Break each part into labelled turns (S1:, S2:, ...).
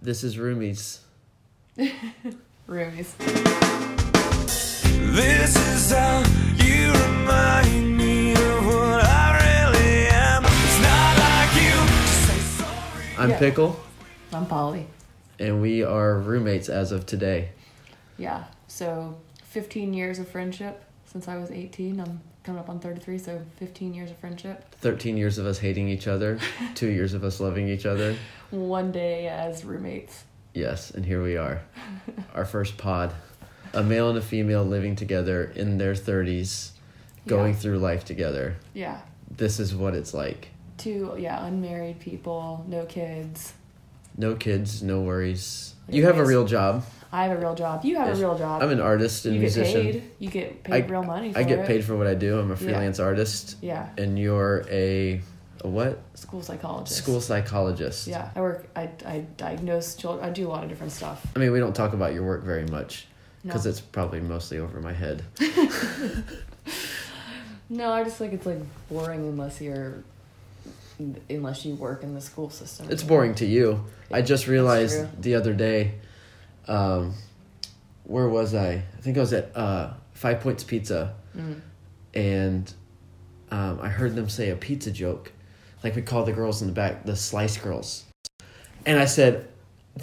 S1: This is Roomies.
S2: Roomies.
S3: This is how you remind me of what I really am. It's not like you to say sorry.
S1: I'm
S2: Yeah.
S1: Pickle,
S2: I'm Polly.
S1: and we are roommates as of today.
S2: Yeah. So 15 years of friendship since I was 18. I'm coming up on 33, so 15 years of friendship.
S1: 13 years of us hating each other, two years of us loving each other.
S2: One day as roommates.
S1: Yes, and here we are. Our first pod. A male and a female living together in their 30s, going
S2: Yeah.
S1: through life together.
S2: Yeah.
S1: This is what it's like.
S2: Two, yeah, unmarried people, no kids.
S1: No kids, no worries.
S2: Like
S1: You have a
S2: amazing.
S1: real job.
S2: I have a real job. You have
S1: Yes.
S2: a real job.
S1: I'm an artist and
S2: you get
S1: musician.
S2: paid. You get paid
S1: I-
S2: real money. For
S1: I get
S2: it.
S1: paid for what I do. I'm a
S2: Yeah.
S1: freelance artist,
S2: Yeah.
S1: and you're a, a what?
S2: School psychologist.
S1: School psychologist.
S2: Yeah. I work. I, I diagnose children. I do a lot of different stuff.
S1: I mean, we don't talk about your work very much
S2: No.
S1: because it's probably mostly over my head.
S2: No, I just think it's like boring unless you're unless you work in the school system.
S1: It's boring to you. I just realized
S2: true.
S1: the other day, um, where was I? I think I was at uh, Five Points Pizza,
S2: Mm.
S1: and um, I heard them say a pizza joke, like we call the girls in the back the slice girls, and I said.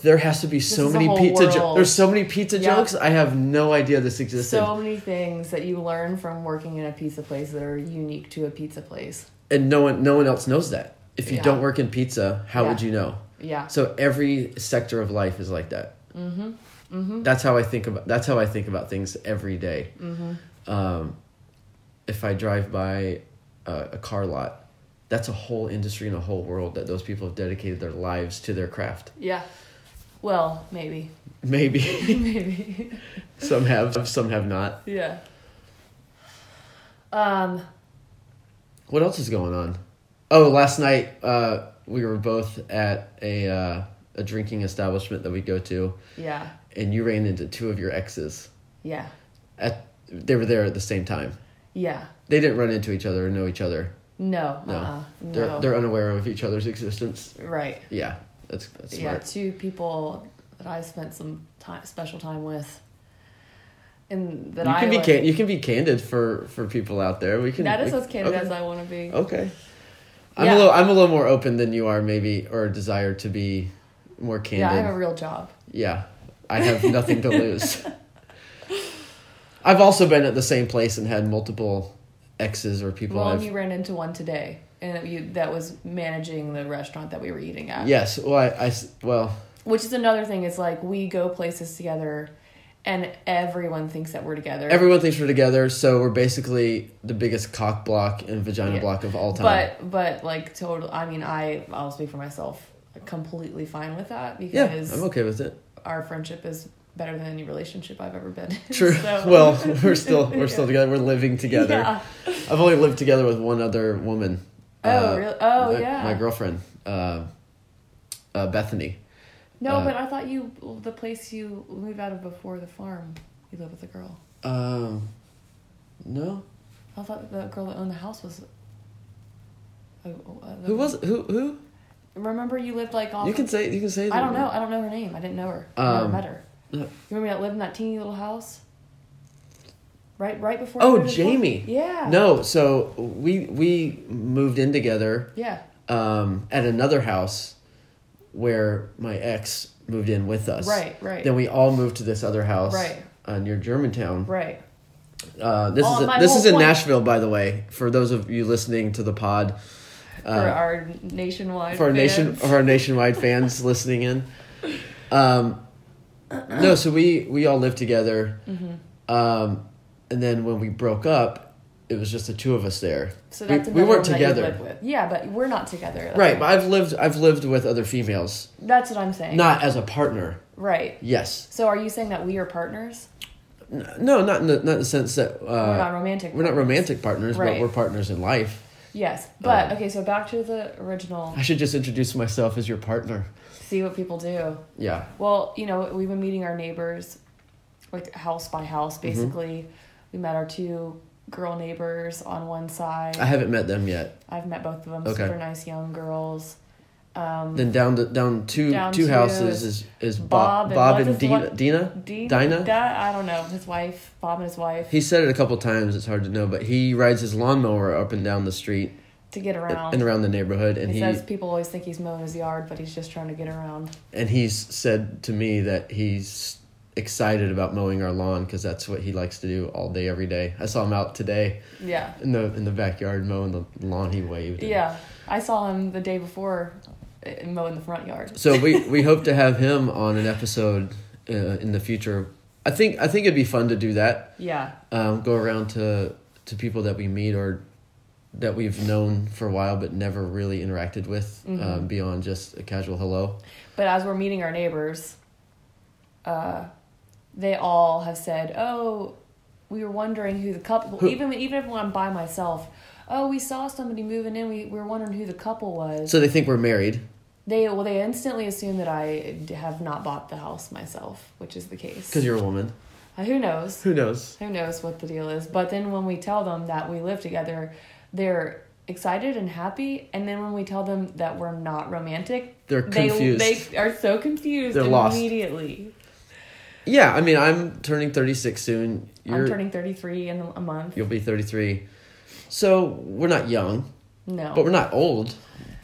S1: There has to be so
S2: is a
S1: many
S2: whole
S1: pizza. Jo-
S2: world.
S1: There's so many pizza
S2: Yeah.
S1: jokes. I have no idea this existed.
S2: So many things that you learn from working in a pizza place that are unique to a pizza place.
S1: and no one no one else knows that. If you
S2: Yeah.
S1: don't work in pizza, how would
S2: Yeah.
S1: you know?
S2: Yeah.
S1: So every sector of life is like that. Mm-hmm. Mm-hmm. That's how I think about. That's how I think about things every day. Um, if I drive by a, a car lot, that's a whole industry and a whole world that those people have dedicated their lives to their craft.
S2: Yeah. Well, maybe.
S1: Maybe
S2: maybe.
S1: some have, some have not.
S2: Yeah. Um,
S1: What else is going on? Oh, last night uh, we were both at a uh, a drinking establishment that we go to.
S2: yeah.
S1: and you ran into two of your exes
S2: Yeah.
S1: at they were there at the same time
S2: Yeah.
S1: they didn't run into each other or know each other
S2: No.
S1: no
S2: Uh-uh. No.
S1: they're they're unaware of each other's existence
S2: right.
S1: yeah that's, that's
S2: Yeah,
S1: smart
S2: two people that I spent some time, special time with, and that
S1: you
S2: I
S1: can be
S2: like-
S1: can, you can be candid for for people out there we can
S2: That is
S1: we-
S2: as candid
S1: okay. Oh,
S2: as I want to be.
S1: okay i'm
S2: Yeah.
S1: a little i'm a little more open than you are maybe or desire to be more candid
S2: yeah, I have a real job.
S1: Yeah, I have nothing to lose. I've also been at the same place and had multiple exes or people
S2: Well,
S1: I've
S2: and you ran into one today, and it- you, that was managing the restaurant that we were eating at.
S1: Yes. Well, I, I s- well,
S2: Which is another thing. Is like we go places together, and everyone thinks that we're together.
S1: everyone thinks we're together, so we're basically the biggest cock block and vagina
S2: Yeah.
S1: block of all time.
S2: but but like total. I mean, I I'll speak for myself. Completely fine with that
S1: yeah,
S2: because
S1: I'm okay with it.
S2: our friendship is better than any relationship I've ever been. in.
S1: True.
S2: So-
S1: Well, we're still we're still together. We're living together.
S2: Yeah.
S1: I've only lived together with one other woman. Uh,
S2: Oh, really? Oh,
S1: my-
S2: yeah.
S1: My girlfriend, uh, uh, Bethany.
S2: No,
S1: Uh,
S2: but I thought you the place you moved out of before the farm. You lived with a girl.
S1: Um, no.
S2: I thought the girl that owned the house was. Oh, oh, uh,
S1: Who was who? Who?
S2: Remember, you lived like off.
S1: You can say you can say.
S2: I
S1: the
S2: don't
S1: name.
S2: know. I don't know her name. I didn't know her. I
S1: Um,
S2: never met her.
S1: no.
S2: You remember that lived in that teeny little house. Right, right before.
S1: Oh,
S2: we moved to the farm?
S1: Jamie.
S2: Yeah.
S1: No, so we we moved in together.
S2: Yeah.
S1: um, at another house where my ex moved in with us.
S2: Right, right.
S1: Then we all moved to this other house
S2: Right.
S1: uh, near Germantown.
S2: Right.
S1: Uh, this
S2: Well,
S1: is
S2: my
S1: this
S2: whole
S1: is in
S2: point-
S1: Nashville, by the way. For those of you listening to the pod, uh,
S2: For our nationwide.
S1: for our nation
S2: fans.
S1: for our nationwide fans listening in. Um, no, so we we all lived together,
S2: Mm-hmm.
S1: um, and then when we broke up, it was just the two of us there.
S2: So
S1: we,
S2: that's
S1: we weren't
S2: another one that you
S1: together,
S2: live with. Yeah, but we're not together.
S1: right? But I've lived I've lived with other females.
S2: That's what I'm saying.
S1: not as a partner.
S2: right.
S1: Yes.
S2: So are you saying that we are partners?
S1: No, not in the, not in the sense that uh,
S2: We're not romantic.
S1: we're not
S2: partners.
S1: romantic partners, but
S2: Right.
S1: we're partners in life.
S2: Yes,
S1: Uh,
S2: but okay. So back to the original.
S1: I should just introduce myself as your partner.
S2: See what people do.
S1: Yeah.
S2: Well, you know, we've been meeting our neighbors, like house by house,
S1: Mm-hmm.
S2: basically. We met our two girl neighbors on one side.
S1: I haven't met them yet.
S2: I've met both of them.
S1: Okay.
S2: Super nice young girls. um,
S1: Then down to, down two
S2: Down
S1: two
S2: to
S1: houses is is Bob Bob and,
S2: what's his
S1: Dina,
S2: what-
S1: Dina
S2: Dean,
S1: Dinah?
S2: Di- I don't know. His wife, Bob and his wife,
S1: He said it a couple times. It's hard to know, but he rides his lawnmower up and down the street
S2: to get around.
S1: and around the neighborhood, and he,
S2: he, says people always think he's mowing his yard, but he's just trying to get around.
S1: and he's said to me that he's excited about mowing our lawn because that's what he likes to do all day every day. I saw him out today
S2: Yeah.
S1: in the in the backyard mowing the lawn. He waved.
S2: Yeah. I saw him the day before uh, mowing the front yard.
S1: So we we hope to have him on an episode uh, in the future. I think I think it'd be fun to do that.
S2: Yeah.
S1: Um, go around to to people that we meet or that we've known for a while but never really interacted with
S2: Mm-hmm.
S1: um, beyond just a casual hello.
S2: But as we're meeting our neighbors, uh, they all have said, "Oh, we were wondering who the couple."
S1: Who-
S2: Even even if I'm by myself, oh, we saw somebody moving in. We, we were wondering who the couple was.
S1: So they think we're married.
S2: they well, they instantly assume that I d- have not bought the house myself, which is the case.
S1: Because you're a woman.
S2: Uh, who knows?
S1: Who knows?
S2: Who knows what the deal is? But then when we tell them that we live together, they're excited and happy. And then when we tell them that we're not romantic,
S1: They're confused.
S2: They, they are so confused
S1: They're lost.
S2: immediately.
S1: Yeah, I mean, I'm turning 36 soon. You're,
S2: I'm turning 33 in a month.
S1: You'll be 33. So we're not young,
S2: No.
S1: but we're not old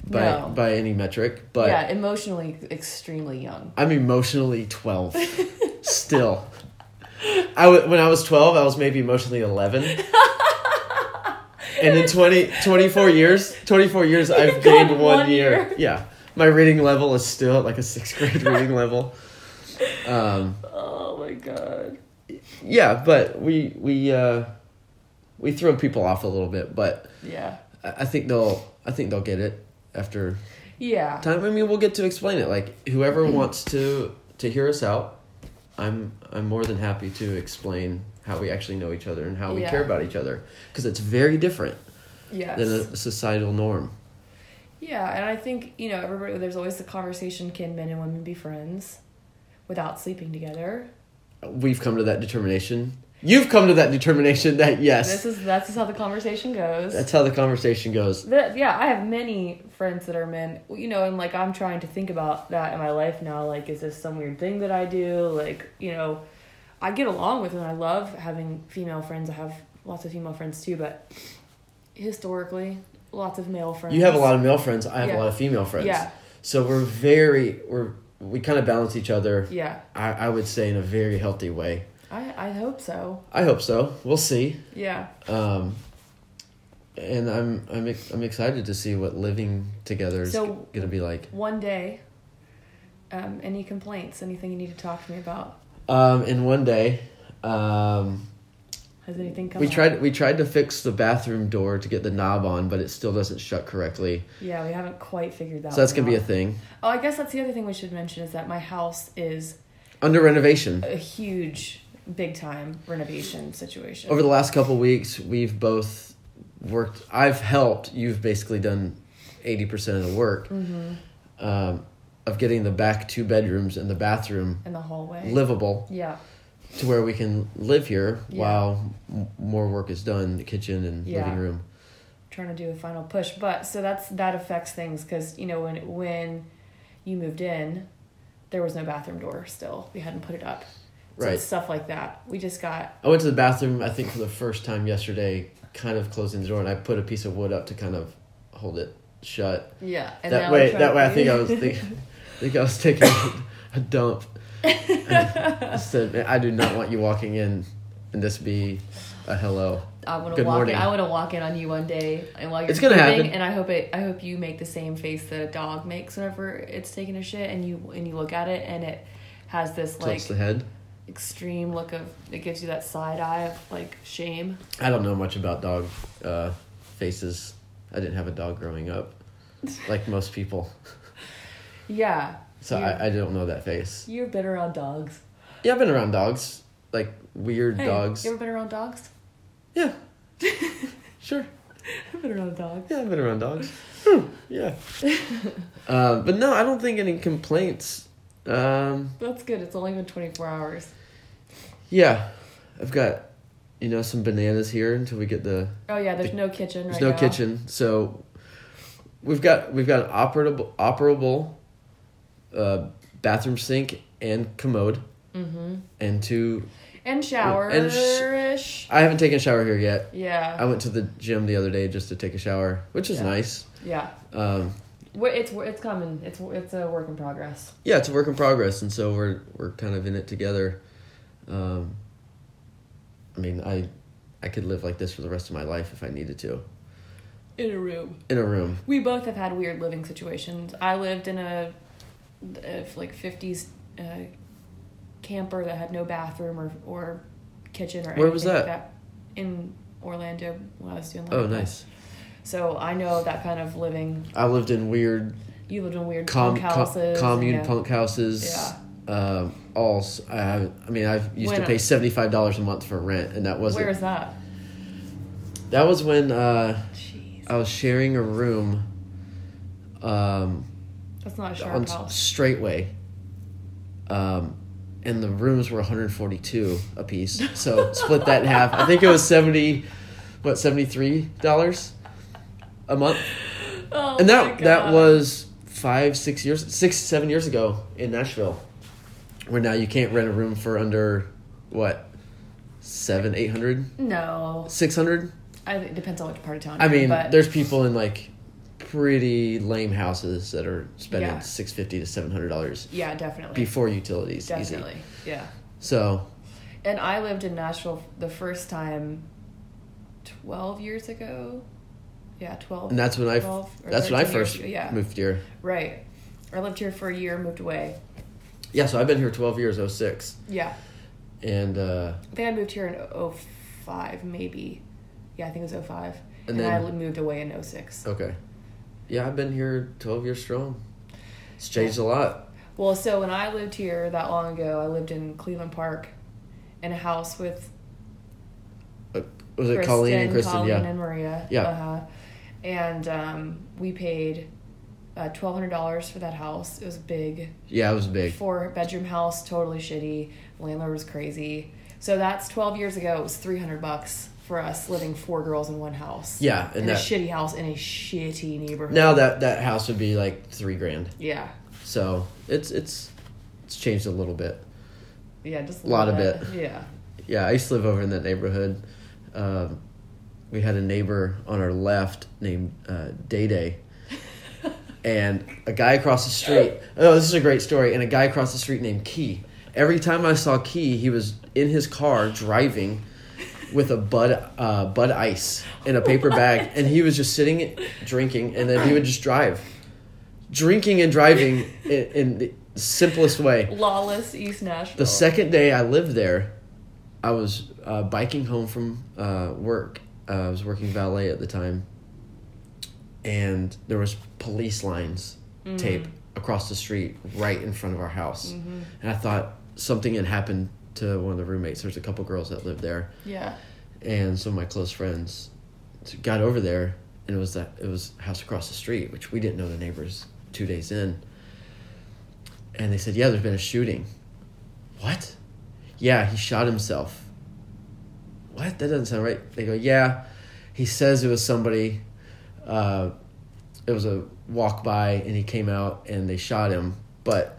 S1: by
S2: No.
S1: by any metric. But
S2: yeah, emotionally extremely young.
S1: I'm emotionally 12 still. I w- when I was 12, I was maybe emotionally 11. and in 20, 24 years, 24 years, I've gained
S2: gone
S1: one,
S2: one
S1: year.
S2: year.
S1: Yeah. My reading level is still at like a sixth grade reading level. Um,
S2: Oh my god.
S1: yeah, but we, we, uh, we throw people off a little bit, but
S2: Yeah.
S1: I I think they'll, I think they'll get it after
S2: Yeah.
S1: time i mean we'll get to explain it like whoever wants to to hear us out i'm i'm more than happy to explain how we actually know each other and how we
S2: Yeah.
S1: care about each other because it's very different
S2: Yes.
S1: than a societal norm
S2: Yeah, and I think, you know, everybody there's always the conversation can men and women be friends without sleeping together?
S1: we've come to that determination you've come to that determination that
S2: This
S1: yes
S2: is that's just how the conversation goes.
S1: that's how the conversation goes
S2: That, yeah, I have many friends that are men, you know, and like I'm trying to think about that in my life now. Like, is this some weird thing that I do? Like, you know, I get along with and I love having female friends. I have lots of female friends too, but historically, lots of male friends.
S1: you have a lot of male friends i have
S2: Yeah.
S1: a lot of female friends
S2: Yeah.
S1: so we're very we're we kind of balance each other
S2: Yeah,
S1: I, I would say in a very healthy way
S2: I I hope so.
S1: i hope so we'll see
S2: Yeah,
S1: um, and I'm I'm ex- I'm excited to see what living together is
S2: So-
S1: g- gonna be like.
S2: one day. Um, any complaints? Anything you need to talk to me about?
S1: Um, and one day, um,
S2: Has anything come?
S1: we
S2: up?
S1: tried we tried to fix the bathroom door to get the knob on, but it still doesn't shut correctly.
S2: Yeah, we haven't quite figured that.
S1: So that's
S2: one
S1: gonna be a
S2: out.
S1: thing
S2: Oh, I guess that's the other thing we should mention is that my house is
S1: under renovation.
S2: a huge big time renovation situation
S1: Over the last couple weeks, we've both worked. I've helped. You've basically done eighty percent of the work
S2: Mm-hmm.
S1: um, of getting the back two bedrooms and the bathroom
S2: in the hallway
S1: livable.
S2: yeah
S1: to where we can live here
S2: Yeah.
S1: while m- more work is done the kitchen and
S2: Yeah.
S1: living room
S2: trying to do a final push but so that's that affects things because you know when when you moved in there was no bathroom door still we hadn't put it up so
S1: Right.
S2: it's stuff like that we just got
S1: i went to the bathroom i think for the first time yesterday kind of closing the door and i put a piece of wood up to kind of hold it shut
S2: yeah and now
S1: that
S2: we're
S1: way
S2: trying
S1: that way i
S2: to-
S1: think i was think, I think i was taking a dump i said "Man, i do not want you walking in and this be a hello
S2: I want to
S1: Good
S2: walk
S1: morning.
S2: in. I want to walk in on you one day, and while you're
S1: It's gonna
S2: pooping,
S1: happen.
S2: and I hope it. I hope you make the same face that a dog makes whenever it's taking a shit, and you and you look at it, and it has this like
S1: tilts the head
S2: extreme look of it gives you that side eye of like shame.
S1: i don't know much about dog uh, faces i didn't have a dog growing up like most people
S2: Yeah.
S1: so
S2: you're,
S1: I, I don't know that face
S2: you're been around dogs.
S1: Yeah, I've been around dogs, like weird
S2: Hey,
S1: dogs.
S2: You ever been around dogs?
S1: Yeah. sure.
S2: I've been around dogs.
S1: Yeah, I've been around dogs. Hmm, yeah. uh, but no, I don't think any complaints. Um,
S2: That's good. It's only been 24 hours.
S1: yeah, I've got, you know, some bananas here until we get the.
S2: Oh yeah, there's
S1: The-
S2: no kitchen
S1: There's
S2: right
S1: no
S2: now.
S1: kitchen, so we've got we've got an operable operable uh, bathroom sink and commode
S2: Mm-hmm.
S1: and two.
S2: and shower
S1: And
S2: ish.
S1: I haven't taken a shower here yet. I
S2: yeah,
S1: went to the gym the other day just to take a shower, which is
S2: Yeah.
S1: nice.
S2: yeah.
S1: Um,
S2: Wh- It's it's coming. It's it's a work in progress.
S1: yeah, it's a work in progress, and so we're we're kind of in it together. Um, I mean, I I could live like this for the rest of my life if I needed to
S2: In a room.
S1: in a room.
S2: We both have had weird living situations. I lived in a, a like fifties uh, camper that had no bathroom or or kitchen or
S1: Where was
S2: anything
S1: that?
S2: Like that. In Orlando when I was doing.
S1: Oh,
S2: Life.
S1: nice.
S2: So I know that kind of living.
S1: I lived in weird
S2: You lived in weird
S1: com-
S2: punk
S1: com-
S2: houses.
S1: commune
S2: yeah.
S1: punk houses.
S2: Yeah.
S1: Um, all s- I, have- I mean, I used
S2: When-
S1: to pay seventy five dollars a month for rent, and that wasn't.
S2: Where is that?
S1: that was when uh,
S2: Jeez,
S1: I was sharing a room um,
S2: that's not a sharp
S1: on s-
S2: house.
S1: Straightway, um, and the rooms were one hundred forty two a piece. So split that in half. I think it was seventy, what seventy three dollars a month,
S2: Oh
S1: and
S2: my
S1: that that
S2: God.
S1: was five six years six seven years ago in Nashville, where now you can't rent a room for under what seven eight hundred
S2: no.
S1: six hundred.
S2: I, it depends on which part of town.
S1: I
S2: you're in,
S1: mean,
S2: but
S1: there's people in like pretty lame houses that are spending
S2: Yeah.
S1: six fifty to seven hundred dollars
S2: yeah, definitely,
S1: before utilities.
S2: definitely,
S1: Easy.
S2: yeah.
S1: So
S2: And I lived in Nashville the first time 12 years ago. Yeah, 12.
S1: and that's when I
S2: 12 or
S1: that's when I
S2: 13 years
S1: first
S2: ago, yeah.
S1: moved here.
S2: Right. I lived here for a year, moved away.
S1: Yeah, so I've been here twelve years, 06.
S2: Yeah.
S1: and uh,
S2: I think I moved here in 05, maybe. Yeah, I think it was 05.
S1: And
S2: And, I
S1: then-
S2: li- moved away in 06.
S1: okay, yeah, I've been here twelve years strong. It's changed a lot.
S2: Well, so when I lived here that long ago, I lived in Cleveland Park in a house with
S1: Uh, Was it Colleen and Kristen?
S2: Colleen
S1: yeah,
S2: and Maria.
S1: Yeah.
S2: Uh-huh. And um, we paid uh, $1,200 for that house. It was big.
S1: yeah, it was big.
S2: four bedroom house, totally shitty. Landlord was crazy. So that's 12 years ago. It was 300 bucks for us living four girls in one house.
S1: Yeah, and
S2: in a
S1: that
S2: shitty house in a shitty neighborhood.
S1: now that that house would be like three grand.
S2: Yeah.
S1: So it's it's it's changed a little bit.
S2: Yeah, just a
S1: Lot
S2: little
S1: of
S2: bit. Yeah.
S1: Yeah, I used to live over in that neighborhood. Um, we had a neighbor on our left named uh, Day Day, and a guy across the street. Oh, this is a great story. And a guy across the street named Key. Every time I saw Key, he was in his car driving with a Bud uh, Bud Ice in a paper bag, and he was just sitting drinking, and then he would just drive, drinking and driving in, in the simplest way.
S2: Lawless East Nashville.
S1: The second day I lived there, I was uh, biking home from uh, work. Uh, I was working valet at the time, and there was police lines tape across the street, right in front of our house. And I thought something had happened to one of the roommates. There's a couple girls that lived there,
S2: Yeah.
S1: and some of my close friends got over there, and it was that it was house across the street, which we didn't know the neighbors two days in. And they said, "Yeah, there's been a shooting." What? Yeah, he shot himself. What? That doesn't sound right. They go, "Yeah, he says it was somebody. Uh, it was a walk by, and he came out, and they shot him, but."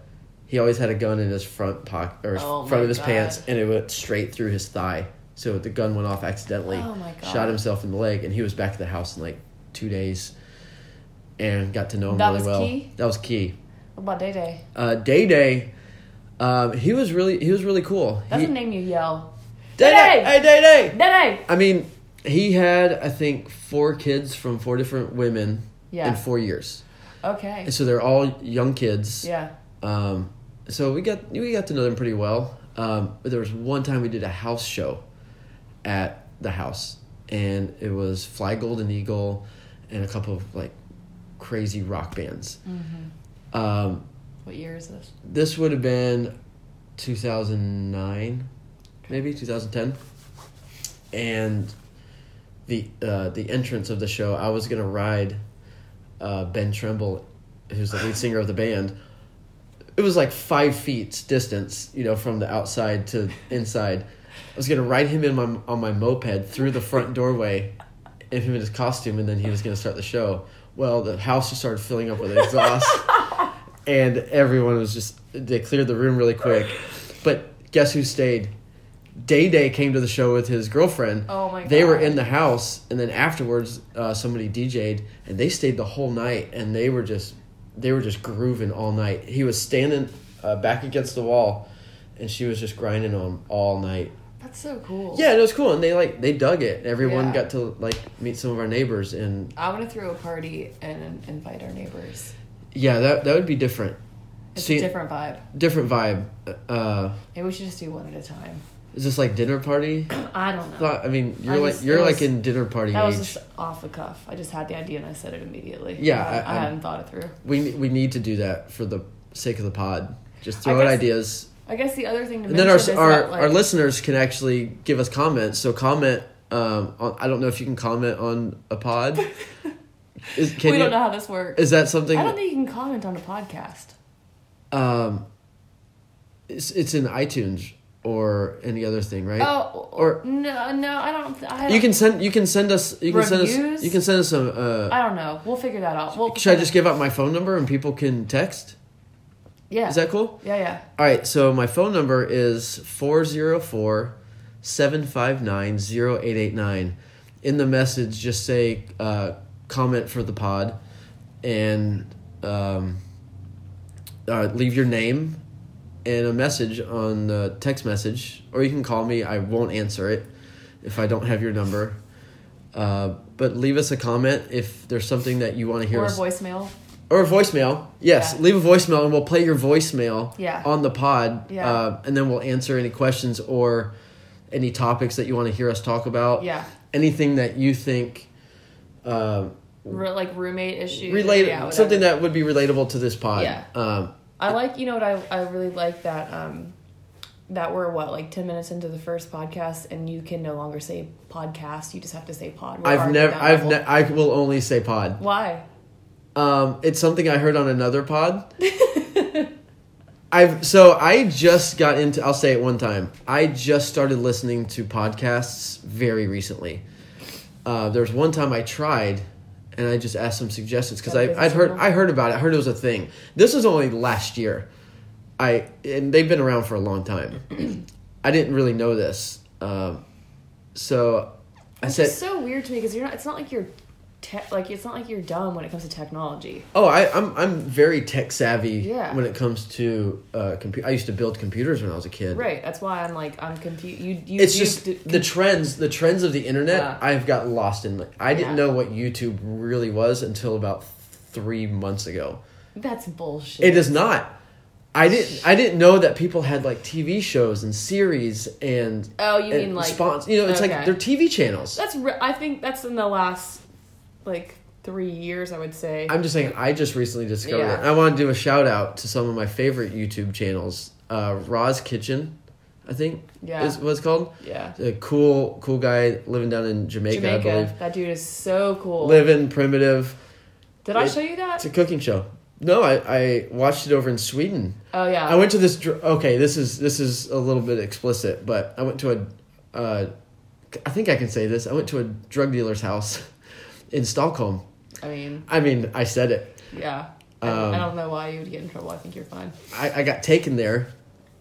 S1: He always had a gun in his front pocket or his
S2: Oh my
S1: front of his
S2: God.
S1: pants, and it went straight through his thigh. So the gun went off accidentally,
S2: Oh my God.
S1: shot himself in the leg, and he was back at the house in like two days, and got to know him
S2: That
S1: really
S2: was
S1: well.
S2: Key?
S1: That was key.
S2: What about Day Day?
S1: Uh, Day Day, um, he was really he was really cool.
S2: That's
S1: He-
S2: a name you yell.
S1: Day Day,
S2: Day-Day!
S1: hey Day Day.
S2: Day Day!
S1: I mean, he had I think four kids from four different women
S2: Yeah.
S1: in four years,
S2: Okay.
S1: and so they're all young kids.
S2: Yeah.
S1: Um, so we got we got to know them pretty well. Um, but there was one time we did a house show at the house, and it was Fly Golden Eagle and a couple of like crazy rock bands. Um,
S2: What year is this?
S1: this would have been 2009, maybe 2010, and the uh, the entrance of the show. I was gonna ride uh, Ben Tremble, who's the lead singer of the band. It was like five feet distance, you know, from the outside to inside. I was gonna ride him in my on my moped through the front doorway, in him in his costume, and then he was gonna start the show. Well, the house just started filling up with exhaust, and everyone was just they cleared the room really quick. But guess who stayed? Day Day came to the show with his girlfriend.
S2: Oh my
S1: They were
S2: God.
S1: in the house, and then afterwards, uh, somebody DJ'd, and they stayed the whole night, and they were just they were just grooving all night. He was standing uh, back against the wall, and she was just grinding on him all night.
S2: That's so cool.
S1: Yeah, and it was cool, and they like they dug it. Everyone
S2: Yeah.
S1: got to like meet some of our neighbors, and
S2: I want to throw a party and invite our neighbors.
S1: yeah, that that would be different.
S2: It's
S1: See-
S2: a different vibe.
S1: Different vibe. Uh,
S2: Maybe we should just do one at a time.
S1: is this like dinner party?
S2: I don't know.
S1: Thought- I mean, you're
S2: I
S1: like
S2: just-
S1: you're
S2: that
S1: like
S2: was-
S1: in dinner party
S2: that was
S1: age.
S2: just off the cuff. I just had the idea and I said it immediately.
S1: Yeah,
S2: I,
S1: I-
S2: I
S1: I'm-
S2: hadn't thought it through.
S1: We we need to do that for the sake of the pod. Just throw
S2: I
S1: out
S2: guess-
S1: ideas,
S2: I guess the other thing to
S1: and
S2: mention
S1: then our
S2: is
S1: our,
S2: that, like,
S1: our listeners can actually give us comments. So comment. Um, on, I don't know if you can comment on a pod. Is,
S2: we
S1: can
S2: don't
S1: you,
S2: know how this works.
S1: Is that something?
S2: I don't think you can comment on a podcast.
S1: um, it's, it's in iTunes or any other thing, right?
S2: Oh,
S1: Or-
S2: or no, no, I don't. I don't
S1: you can send you can send us you can send us
S2: Reviews?
S1: you can send us some. Uh,
S2: I don't know. We'll figure that out. We'll,
S1: should I just give out my phone number and people can text?
S2: Yeah.
S1: Is that cool?
S2: yeah, yeah.
S1: All right, so my phone number is 404 759 0889. In the message, just say uh, comment for the pod and um, uh, leave your name and a message on the text message, or you can call me. I won't answer it if I don't have your number. Uh, but leave us a comment if there's something that you want to hear
S2: Or a
S1: us
S2: voicemail.
S1: or a voicemail. Yes,
S2: Yeah.
S1: leave a voicemail and we'll play your voicemail
S2: Yeah.
S1: on the pod.
S2: Yeah.
S1: Uh, and then we'll answer any questions or any topics that you want to hear us talk about.
S2: Yeah.
S1: Anything that you think uh,
S2: Re- like roommate issues.
S1: relate
S2: yeah, whatever.
S1: something that would be relatable to this pod.
S2: Yeah.
S1: Um,
S2: I like, you know what I, I really like that um that we're what like 10 minutes into the first podcast and you can no longer say podcast, you just have to say pod. We're
S1: I've
S2: already
S1: never
S2: that
S1: I've
S2: level.
S1: ne- I will only say pod.
S2: Why?
S1: Um, it's something I heard on another pod. I've so I just got into. I'll say it one time. I just started listening to podcasts very recently. Uh, there was one time I tried, and I just asked some suggestions because
S2: Got a
S1: I
S2: business
S1: I'd heard
S2: journal?
S1: I heard about it. I heard it was a thing. This was only last year. I and they've been around for a long time. I didn't really know this, um, so I
S2: It's
S1: said,
S2: just so weird to me cuz you're not it's not like you're te- like it's not like you're dumb when it comes to technology.
S1: Oh, I, I'm I'm very tech savvy
S2: Yeah.
S1: when it comes to uh, compu- I used to build computers when I was a kid.
S2: Right. That's why I'm like I'm confused. You you
S1: It's
S2: you
S1: just
S2: d-
S1: the trends, the trends of the internet.
S2: Yeah.
S1: I've got lost in. I didn't
S2: Yeah.
S1: know what YouTube really was until about three months ago.
S2: that's bullshit.
S1: It is not. I didn't. I didn't know that people had like TV shows and series and
S2: Oh, you
S1: and
S2: mean, like-
S1: spons- You know, it's like
S2: okay.
S1: they're TV channels.
S2: That's re- I think that's in the last like 3 years I would say.
S1: I'm just saying, I just recently discovered
S2: Yeah.
S1: it. I want to do a shout out to some of my favorite YouTube channels. Uh, Ra's Kitchen, I think,
S2: Yeah.
S1: is what it's called.
S2: yeah.
S1: A cool, cool guy living down in Jamaica, I believe.
S2: Jamaica. That dude is so cool.
S1: Living primitive.
S2: Did I
S1: it-
S2: show you that?
S1: It's a cooking show. No, I, I watched it over in Sweden.
S2: Oh yeah.
S1: I went to this. dr- Okay, this is this is a little bit explicit, but I went to a. Uh, I think I can say this. I went to a drug dealer's house in Stockholm.
S2: I mean,
S1: I mean, I said it.
S2: yeah. I, don't- I
S1: Um,
S2: don't know why you would get in trouble. I think you're fine.
S1: I, I got taken there.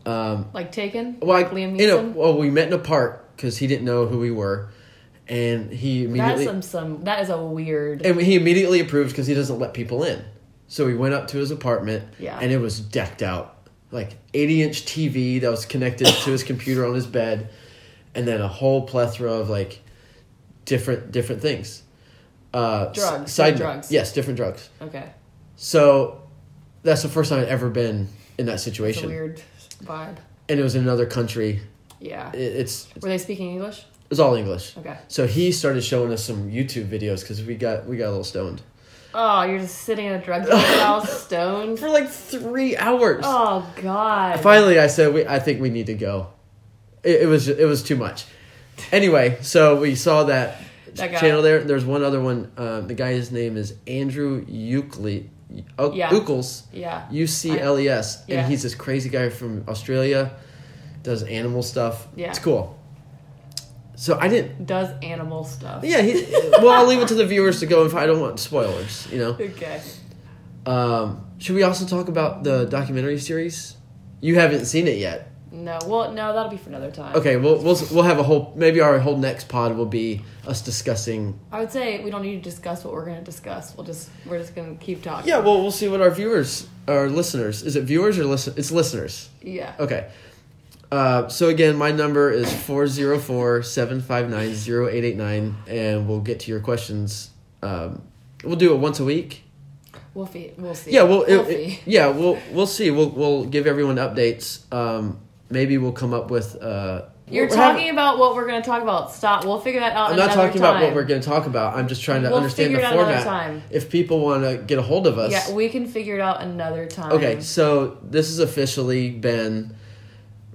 S1: Um,
S2: Like Taken.
S1: well, I,
S2: like Liam
S1: you know,
S2: Neeson.
S1: well, we met in a park because he didn't know who we were, and he
S2: That's
S1: immediately
S2: some some. That is a weird.
S1: and he immediately approved because he doesn't let people in. So we went up to his apartment,
S2: Yeah.
S1: and it was decked out like eighty inch TV that was connected to his computer on his bed, and then a whole plethora of like different different things. Uh, s-
S2: Drugs,
S1: Side
S2: different
S1: drugs.
S2: drugs.
S1: Yes, different drugs.
S2: okay.
S1: So that's the first time I'd ever been in that
S2: It's a
S1: situation,
S2: weird vibe.
S1: and it was in another country.
S2: Yeah.
S1: It, it's
S2: Were they speaking English?
S1: It was all English.
S2: Okay.
S1: So he started showing us some YouTube videos because we got we got a little stoned
S2: Oh, you're just sitting in a drug dealer's house, stoned.
S1: for like three hours.
S2: Oh God.
S1: Finally, I said, "We I think we need to go." It, it was it was too much. Anyway, so we saw that,
S2: That guy.
S1: channel there. There's one other one. Um, the guy's name is Andrew Euclid. Uh,
S2: Yeah.
S1: Eucles.
S2: Yeah.
S1: U C L E S, and
S2: Yeah.
S1: he's this crazy guy from Australia, does animal stuff.
S2: Yeah.
S1: it's cool. So I didn't.
S2: does animal stuff.
S1: Yeah, he, well, I'll leave it to the viewers to go if I don't want spoilers. You know.
S2: Okay.
S1: Um, should we also talk about the documentary series? You haven't seen it yet.
S2: No. Well, no, that'll be for another time.
S1: Okay, we'll we'll we'll have a whole maybe our whole next pod will be us discussing.
S2: I would say we don't need to discuss what we're gonna discuss. We'll just we're just gonna keep talking.
S1: Yeah, well, we'll see what our viewers, our listeners, is it viewers or listen? It's listeners.
S2: Yeah.
S1: Okay. Uh, so again, my number is 404-759-0889, and we'll get to your questions. Um, we'll do it once a week.
S2: We'll see. We'll see.
S1: Yeah, well, it,
S2: we'll
S1: it-
S2: see.
S1: yeah, we'll we'll see. We'll we'll give everyone updates. Um, maybe we'll come up with. Uh,
S2: You're
S1: we're having-
S2: talking about what we're gonna talk about. Stop. We'll figure that out.
S1: I'm not
S2: another
S1: talking
S2: time.
S1: about what we're going to talk about. I'm just trying to
S2: We'll
S1: understand the
S2: figure it out another
S1: format.
S2: time.
S1: If people want to get a hold of us,
S2: Yeah, we can figure it out another time.
S1: okay. So this has officially been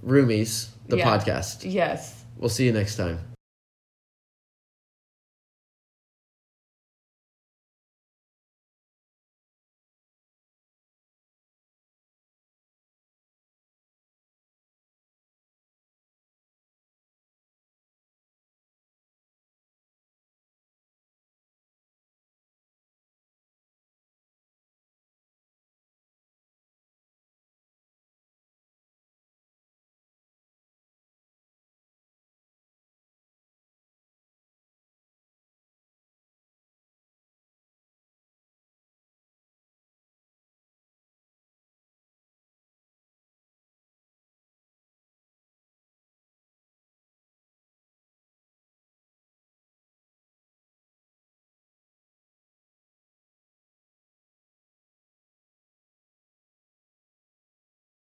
S1: Roomies, the
S2: Yeah.
S1: podcast.
S2: Yes.
S1: We'll see you next time.